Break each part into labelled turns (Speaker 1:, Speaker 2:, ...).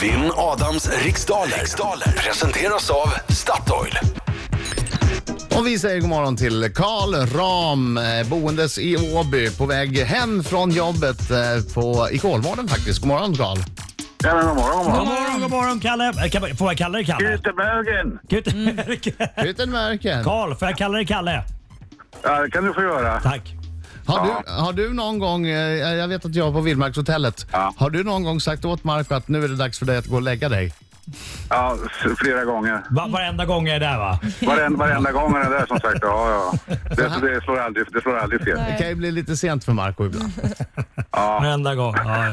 Speaker 1: Vinn Adams riksdaler. riksdaler presenteras av Statoil.
Speaker 2: Och vi säger god morgon till Karl Ram, eh, boendes i Åby, på väg hem från jobbet eh, på, i Kolmården faktiskt. God morgon Karl.
Speaker 3: Ja, men god morgon, god
Speaker 4: God
Speaker 3: morgon. Mm.
Speaker 4: morgon, god morgon Kalle. Eh, Kan, får jag kalla dig Kalle?
Speaker 3: Gutemögen!
Speaker 4: Gutenberg.
Speaker 2: Guten Morgen.
Speaker 4: Karl, får jag kalla dig Kalle?
Speaker 3: Ja, det kan du få göra.
Speaker 4: Tack.
Speaker 2: Har du, har du någon gång, eh, jag vet att jag var på Vildmarkshotellet,
Speaker 3: Ja.
Speaker 2: har du någon gång sagt åt Marco att nu är det dags för dig att gå och lägga dig?
Speaker 3: Ja, s- flera gånger.
Speaker 4: Va, varenda gång är jag där va?
Speaker 3: Varenda, varenda gång är det där som sagt. Ja, ja. Det, det, slår aldrig, det slår aldrig fel.
Speaker 2: Det kan ju bli lite sent för Marco ibland.
Speaker 4: Varenda gång. Ja, ja.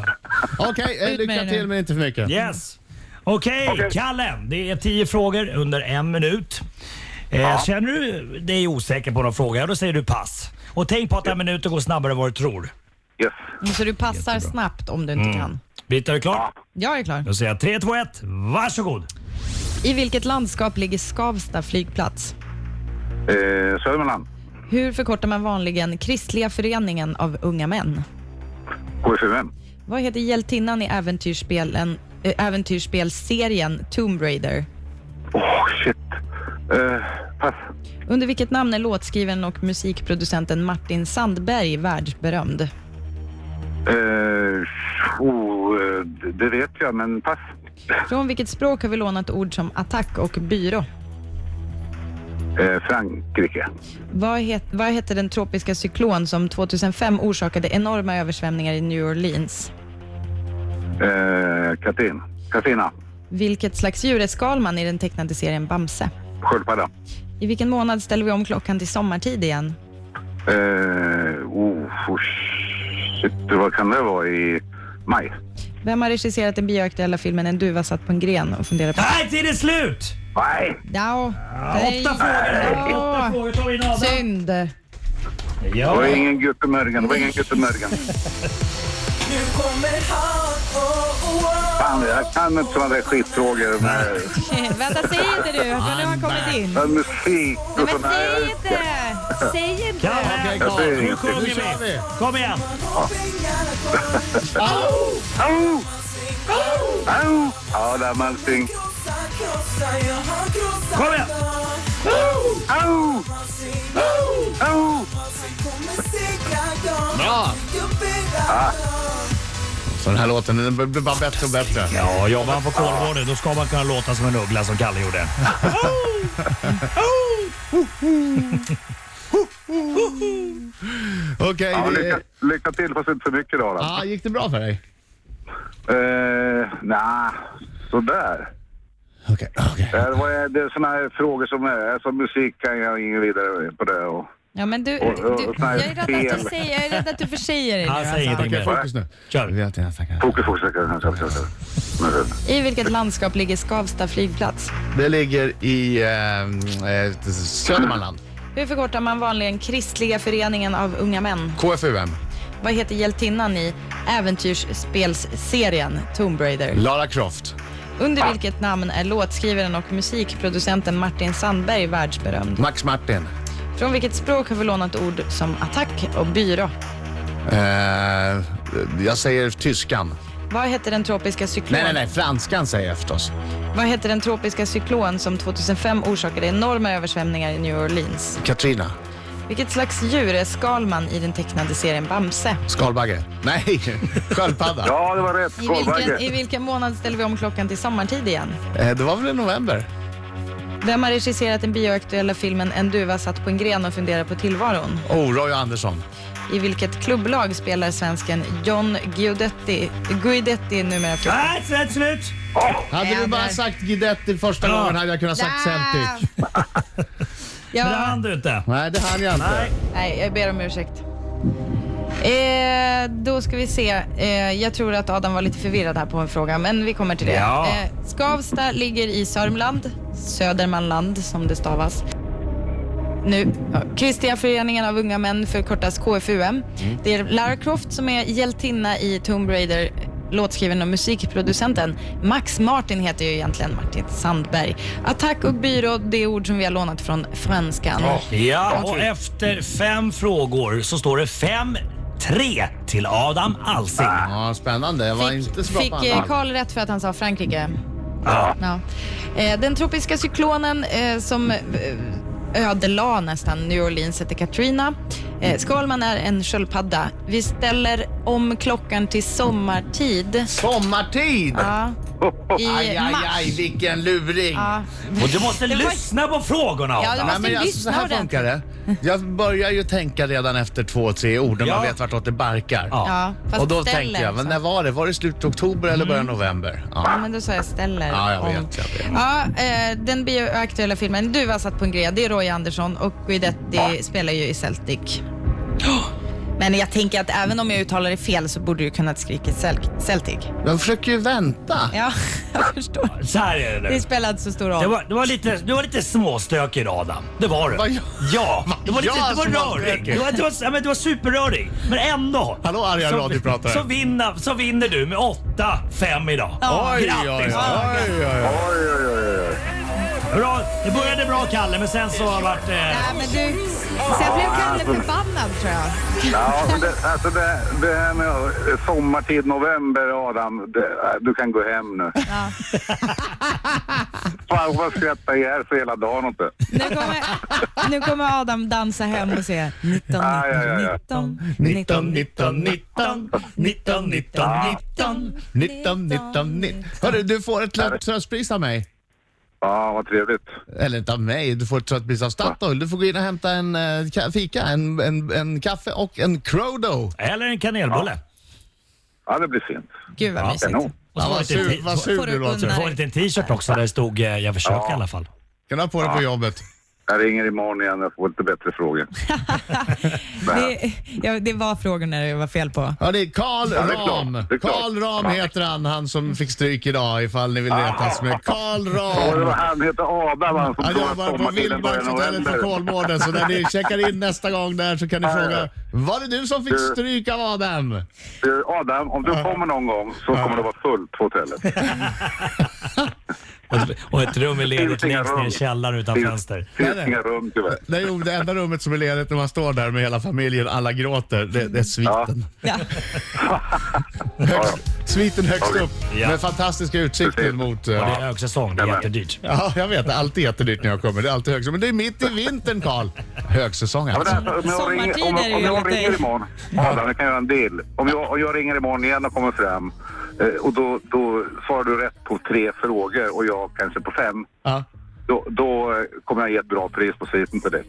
Speaker 2: Okej, eh,
Speaker 5: Ut med
Speaker 2: lycka
Speaker 5: det.
Speaker 2: till men inte för mycket.
Speaker 4: Yes. Okej,
Speaker 3: Okej.
Speaker 4: Kalle. Det är tio frågor under en minut. Eh, Känner du dig osäker på någon fråga, ja, då säger du pass. Och tänk på att en minut går snabbare än vad du tror.
Speaker 3: Yes.
Speaker 5: Så du passar snabbt om du inte kan.
Speaker 4: Britta, är du klar?
Speaker 5: Jag är klar.
Speaker 4: Då säger jag 3, 2, 1. Varsågod.
Speaker 5: I vilket landskap ligger Skavsta flygplats?
Speaker 3: Eh, Södermanland.
Speaker 5: Hur förkortar man vanligen Kristliga föreningen av unga män?
Speaker 3: KFUM.
Speaker 5: Vad heter hjältinnan i äventyrsspelen, äh, äventyrsspelserien Tomb Raider?
Speaker 3: Åh, shit. Eh, pass.
Speaker 5: Under vilket namn är låtskrivaren och musikproducenten Martin Sandberg världsberömd?
Speaker 3: Eh, oh, eh, det- det vet jag, men pass.
Speaker 5: Från vilket språk har vi lånat ord som attack och byrå?
Speaker 3: Eh, Frankrike.
Speaker 5: Vad, het, vad heter den tropiska cyklon som 2005 orsakade enorma översvämningar i New Orleans?
Speaker 3: Eh, Katrin. Katrina.
Speaker 5: Vilket slags djur är Skalman i den tecknade serien Bamse?
Speaker 3: Sköldpadda.
Speaker 5: I vilken månad ställer vi om klockan till sommartid igen?
Speaker 3: Eh, oh, oh, shit. Vad kan det vara i maj?
Speaker 5: Vem har regisserat den bioaktuella filmen En duva satt på en gren och funderar på...
Speaker 4: Här är det slut!
Speaker 3: Nej!
Speaker 5: Ja, nej.
Speaker 4: Åtta frågor. Åtta
Speaker 5: Ja,
Speaker 4: frågor tar vi in Adam.
Speaker 5: Synd.
Speaker 3: Det var
Speaker 4: Ja.
Speaker 3: ingen Gutemörgen. Det var ingen Gutemörgen.
Speaker 6: Nu kommer han, oh, oh, oh.
Speaker 3: Fan, jag kan inte sådana där skitfrågor med,
Speaker 5: Vänta, säg inte du, för nu har han kommit in.
Speaker 3: med musik
Speaker 5: Nej,
Speaker 3: och
Speaker 5: men
Speaker 3: sådana
Speaker 5: säg
Speaker 3: här...
Speaker 5: inte! Säg inte!
Speaker 2: Okej
Speaker 3: Jag säger
Speaker 4: Kalle,
Speaker 2: Karl,
Speaker 4: nu
Speaker 3: ingenting.
Speaker 4: sjunger
Speaker 2: nu kör
Speaker 4: vi.
Speaker 2: vi.
Speaker 4: Kom igen.
Speaker 3: Au! Au! Adam Alsing!
Speaker 4: Kom igen.
Speaker 3: Au! Au!
Speaker 2: Bra! Så den här låten den blir bara bättre och bättre.
Speaker 4: Ja, jobbar man på Kolmården då ska man kunna låta som en uggla som Kalle gjorde.
Speaker 2: Okej,
Speaker 3: Ja,
Speaker 2: det-
Speaker 3: lycka, lycka till, fast inte för mycket då. Adam.
Speaker 2: ja, gick det bra för dig?
Speaker 3: Eh, Nja, sådär.
Speaker 2: Okej, okej.
Speaker 3: Det, här var, det är såna här frågor som är... Alltså, musik kan jag ingen vidare på det. Och,
Speaker 5: Ja, men du,
Speaker 3: Och- och-
Speaker 5: du
Speaker 3: och sån här
Speaker 5: jag, är rädd att du
Speaker 3: fel.
Speaker 5: säger, jag är rädd att du försäger dig nu.
Speaker 4: Han säger
Speaker 5: alltså.
Speaker 4: ingenting
Speaker 2: Okej,
Speaker 4: mer.
Speaker 2: fokus nu.
Speaker 4: Kör.
Speaker 2: Vet jag, tackar.
Speaker 3: fokus, fokus. jag kan- jag kan- jag kan- Men,
Speaker 5: I vilket landskap ligger Skavsta flygplats?
Speaker 2: Det ligger i eh, eh, Södermanland.
Speaker 5: Hur förkortar man vanligen Kristliga föreningen av unga män?
Speaker 2: KFUM.
Speaker 5: Vad heter hjältinnan i äventyrsspelsserien Tomb Raider?
Speaker 2: Lara Croft.
Speaker 5: Under vilket namn är låtskrivaren och musikproducenten Martin Sandberg världsberömd?
Speaker 2: Max Martin.
Speaker 5: Från vilket språk har vi lånat ord som attack och byrå?
Speaker 2: Eh, jag säger tyskan.
Speaker 5: Vad heter den tropiska cyklon?
Speaker 2: Nej, nej, nej. Franskan säger jag förstås.
Speaker 5: Vad heter den tropiska cyklon som 2005 orsakade enorma översvämningar i New Orleans?
Speaker 2: Katrina.
Speaker 5: Vilket slags djur är Skalman i den tecknade serien Bamse?
Speaker 2: Skalbagge. Nej, sköldpadda.
Speaker 3: ja, det var rätt.
Speaker 5: I vilken, I
Speaker 3: Skolbagge.
Speaker 5: vilken månad ställer vi om klockan till sommartid igen?
Speaker 2: Eh, det var väl i november?
Speaker 5: Vem har regisserat den bioaktuella filmen En duva satt på en gren och funderar på tillvaron?
Speaker 2: Oh, Roy Andersson.
Speaker 5: I vilket klubblag spelar svensken John Guidetti, Guidetti numera för?
Speaker 4: Nej, så är det slut.
Speaker 2: Hade du
Speaker 5: Äder.
Speaker 2: bara sagt Guidetti första
Speaker 4: Ja.
Speaker 2: gången hade jag kunnat sagt Celtic.
Speaker 4: Men det
Speaker 5: Ja,
Speaker 4: hann du inte.
Speaker 2: Nej, det hann jag inte.
Speaker 4: Nej.
Speaker 5: nej, jag ber om ursäkt. Eh, då ska vi se. Eh, jag tror att Adam var lite förvirrad här på en fråga, men vi kommer till det.
Speaker 4: Ja.
Speaker 5: Eh, Skavsta ligger i Sörmland, Södermanland som det stavas. Nu, ja, Kristliga föreningen av unga män förkortas KFUM. Det är Lara Croft som är hjältinna i Tomb Raider, låtskriven och musikproducenten. Max Martin heter ju egentligen Martin Sandberg. Attack och byrå, det är ord som vi har lånat från franskan.
Speaker 4: Ja, och efter fem frågor så står det fem 3 till Adam Alsing.
Speaker 2: Ja, spännande. Jag var inte så
Speaker 5: Fick,
Speaker 2: bra
Speaker 5: fick
Speaker 2: på
Speaker 5: eh,
Speaker 2: andra.
Speaker 5: Karl rätt för att han sa Frankrike? Ja. Eh, Den tropiska cyklonen eh, som eh, ödelade nästan New Orleans heter Katrina. Eh, Skalman är en sköldpadda. Vi ställer om klockan till sommartid.
Speaker 2: Sommartid!
Speaker 5: Ja, i
Speaker 2: Aj, aj,
Speaker 5: mars.
Speaker 2: aj, vilken luring!
Speaker 5: Ja.
Speaker 4: Och du måste
Speaker 5: var-
Speaker 4: lyssna på frågorna
Speaker 5: Ja,
Speaker 4: Adam.
Speaker 5: det var-
Speaker 2: Nej, men
Speaker 5: Måste
Speaker 2: alltså,
Speaker 5: lyssna
Speaker 2: så här funkar det. Jag börjar ju tänka redan efter två, tre ord när man
Speaker 4: Ja.
Speaker 2: vet vartåt det barkar.
Speaker 4: Ja.
Speaker 5: Ja, fast
Speaker 2: och då
Speaker 5: ställer,
Speaker 2: tänkte jag, men
Speaker 5: så. Mm.
Speaker 2: när var det? Var det slutet av oktober eller början av november?
Speaker 5: Ja,
Speaker 2: Ja.
Speaker 5: men då sa jag ställer
Speaker 2: Ja, jag
Speaker 5: om.
Speaker 2: vet, jag vet.
Speaker 5: Ja, eh, den bioaktuella filmen Du var satt på en gren, det är Roy Andersson och Guidetti spelar ju i Celtic. Men jag tänker att även om jag uttalar det fel så borde du kunnat skrika Cel- Celtic.
Speaker 2: Jag försöker ju vänta.
Speaker 5: Ja, jag förstår.
Speaker 4: Så här är det
Speaker 5: Det
Speaker 4: nu.
Speaker 5: spelar inte så stor roll.
Speaker 4: Det var, det var lite, du var lite småstökig Adam. Det var du.
Speaker 2: Vad jag-
Speaker 4: Ja, du var, lite,
Speaker 2: jag
Speaker 4: du var
Speaker 2: som var
Speaker 4: rörig.
Speaker 2: stökig?
Speaker 4: Du var, du, var, ja, men du var superrörig. Men ändå.
Speaker 2: Hallå, arga
Speaker 4: så,
Speaker 2: radiopratare.
Speaker 4: Så, vinner, så vinner du med 8-5 idag.
Speaker 5: Ja.
Speaker 2: Oj, oj, oj,
Speaker 4: Grattis!
Speaker 2: oj, oj.
Speaker 3: Oj, oj, oj, oj.
Speaker 4: Bra. Det började bra Kalle, men sen så har det varit... Eh,
Speaker 5: Nej, men du... Sen blev Kalle förbannad tror jag.
Speaker 3: Ja, men det, alltså det, det här med sommartid, november, Adam. Det, du kan gå hem nu.
Speaker 5: Ja.
Speaker 3: Farfar skrattade ihjäl sig hela dagen åt det.
Speaker 5: Nu, kommer, nu kommer Adam dansa hem och se 19,
Speaker 3: Aj, aj, aj, aj.
Speaker 5: 19,
Speaker 2: 19, 19, 19, 19, 19, 19, 19, 19, 19. Hörru, du får ett lö- tröstpris av mig.
Speaker 3: Ja, vad trevligt.
Speaker 2: Eller inte av mig, du får ett tröstpris av Statoil. Du får gå in och hämta en eh, ka- fika, en, en, en kaffe och en Crodo.
Speaker 4: eller en kanelbulle.
Speaker 3: Ja, det blir fint.
Speaker 5: Gud vad mysigt.
Speaker 3: Kanon.
Speaker 4: Och så
Speaker 2: Ja,
Speaker 4: var
Speaker 2: vad
Speaker 4: det en
Speaker 2: sur,
Speaker 4: ti-
Speaker 2: vad
Speaker 5: får
Speaker 2: sur
Speaker 5: du
Speaker 2: du låter.
Speaker 5: unna
Speaker 4: Får inte en t-shirt också där det stod eh, “Jag försöker” i alla fall.
Speaker 2: Kan du ha på dig på jobbet?
Speaker 3: Jag ringer imorgon igen, jag får lite bättre frågor.
Speaker 5: Det, ja, det var frågor när det var fel på.
Speaker 2: Ja, det är Karl
Speaker 3: det är klart.
Speaker 2: Ram.
Speaker 3: Det är klart.
Speaker 2: Karl Ram heter han, han som fick stryk idag ifall ni vill
Speaker 3: Ah.
Speaker 2: veta. Som är Karl
Speaker 3: Och det var
Speaker 2: Ram.
Speaker 3: han heter Adam, han som
Speaker 2: Han
Speaker 3: tror att
Speaker 2: jobbar på
Speaker 3: sommartiden börjar i
Speaker 2: Vildmarkshotellet på
Speaker 3: november.
Speaker 2: Kolmården, så när ni checkar in nästa gång där så kan ni
Speaker 3: Ah, ja,
Speaker 2: fråga
Speaker 3: ja.
Speaker 2: Var det du som fick
Speaker 3: Du-
Speaker 2: stryk av Adam?
Speaker 3: Du, Adam, om du kommer någon gång så kommer det vara fullt på hotellet.
Speaker 4: Och, och ett rum är ledigt
Speaker 3: Finns inga
Speaker 4: längst ner i
Speaker 3: rum.
Speaker 4: källaren utan fönster.
Speaker 3: Det
Speaker 2: Nej,
Speaker 3: finns
Speaker 2: nej.
Speaker 3: inga rum tyvärr.
Speaker 2: Det är ju det enda rummet som är ledigt när man står där med hela familjen, alla gråter. Det, det är sviten.
Speaker 5: Ja.
Speaker 2: Högst, sviten högst
Speaker 3: Okej.
Speaker 2: upp,
Speaker 4: Ja.
Speaker 2: med fantastiska utsikter
Speaker 3: Precis.
Speaker 2: mot...
Speaker 4: Det
Speaker 2: eh,
Speaker 4: är högsäsong, det är
Speaker 3: Jajamän.
Speaker 4: jättedyrt.
Speaker 2: Ja, jag vet. Det är alltid jättedyrt när jag kommer. Det är alltid högsäsong. Men det är mitt i vintern, Karl. Högsäsong
Speaker 3: Ja,
Speaker 2: alltså.
Speaker 3: men alltså, om jag
Speaker 5: Sommartid
Speaker 3: ringer, om,
Speaker 5: är det
Speaker 3: om
Speaker 5: ju
Speaker 3: jag
Speaker 5: enligt dig.
Speaker 3: ringer imorgon, Adam, vi kan göra en deal. Om jag, om jag ringer imorgon igen och kommer fram eh, och då, då svarar du rätt på tre frågor och jag kanske på fem.
Speaker 2: Ja.
Speaker 3: Då, då eh, kommer jag ge ett bra pris på sviten till dig.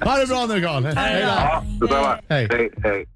Speaker 2: Ha det bra nu, Karl. Hej då.
Speaker 3: Ja, detsamma.
Speaker 2: Hej.
Speaker 3: Hej, hej.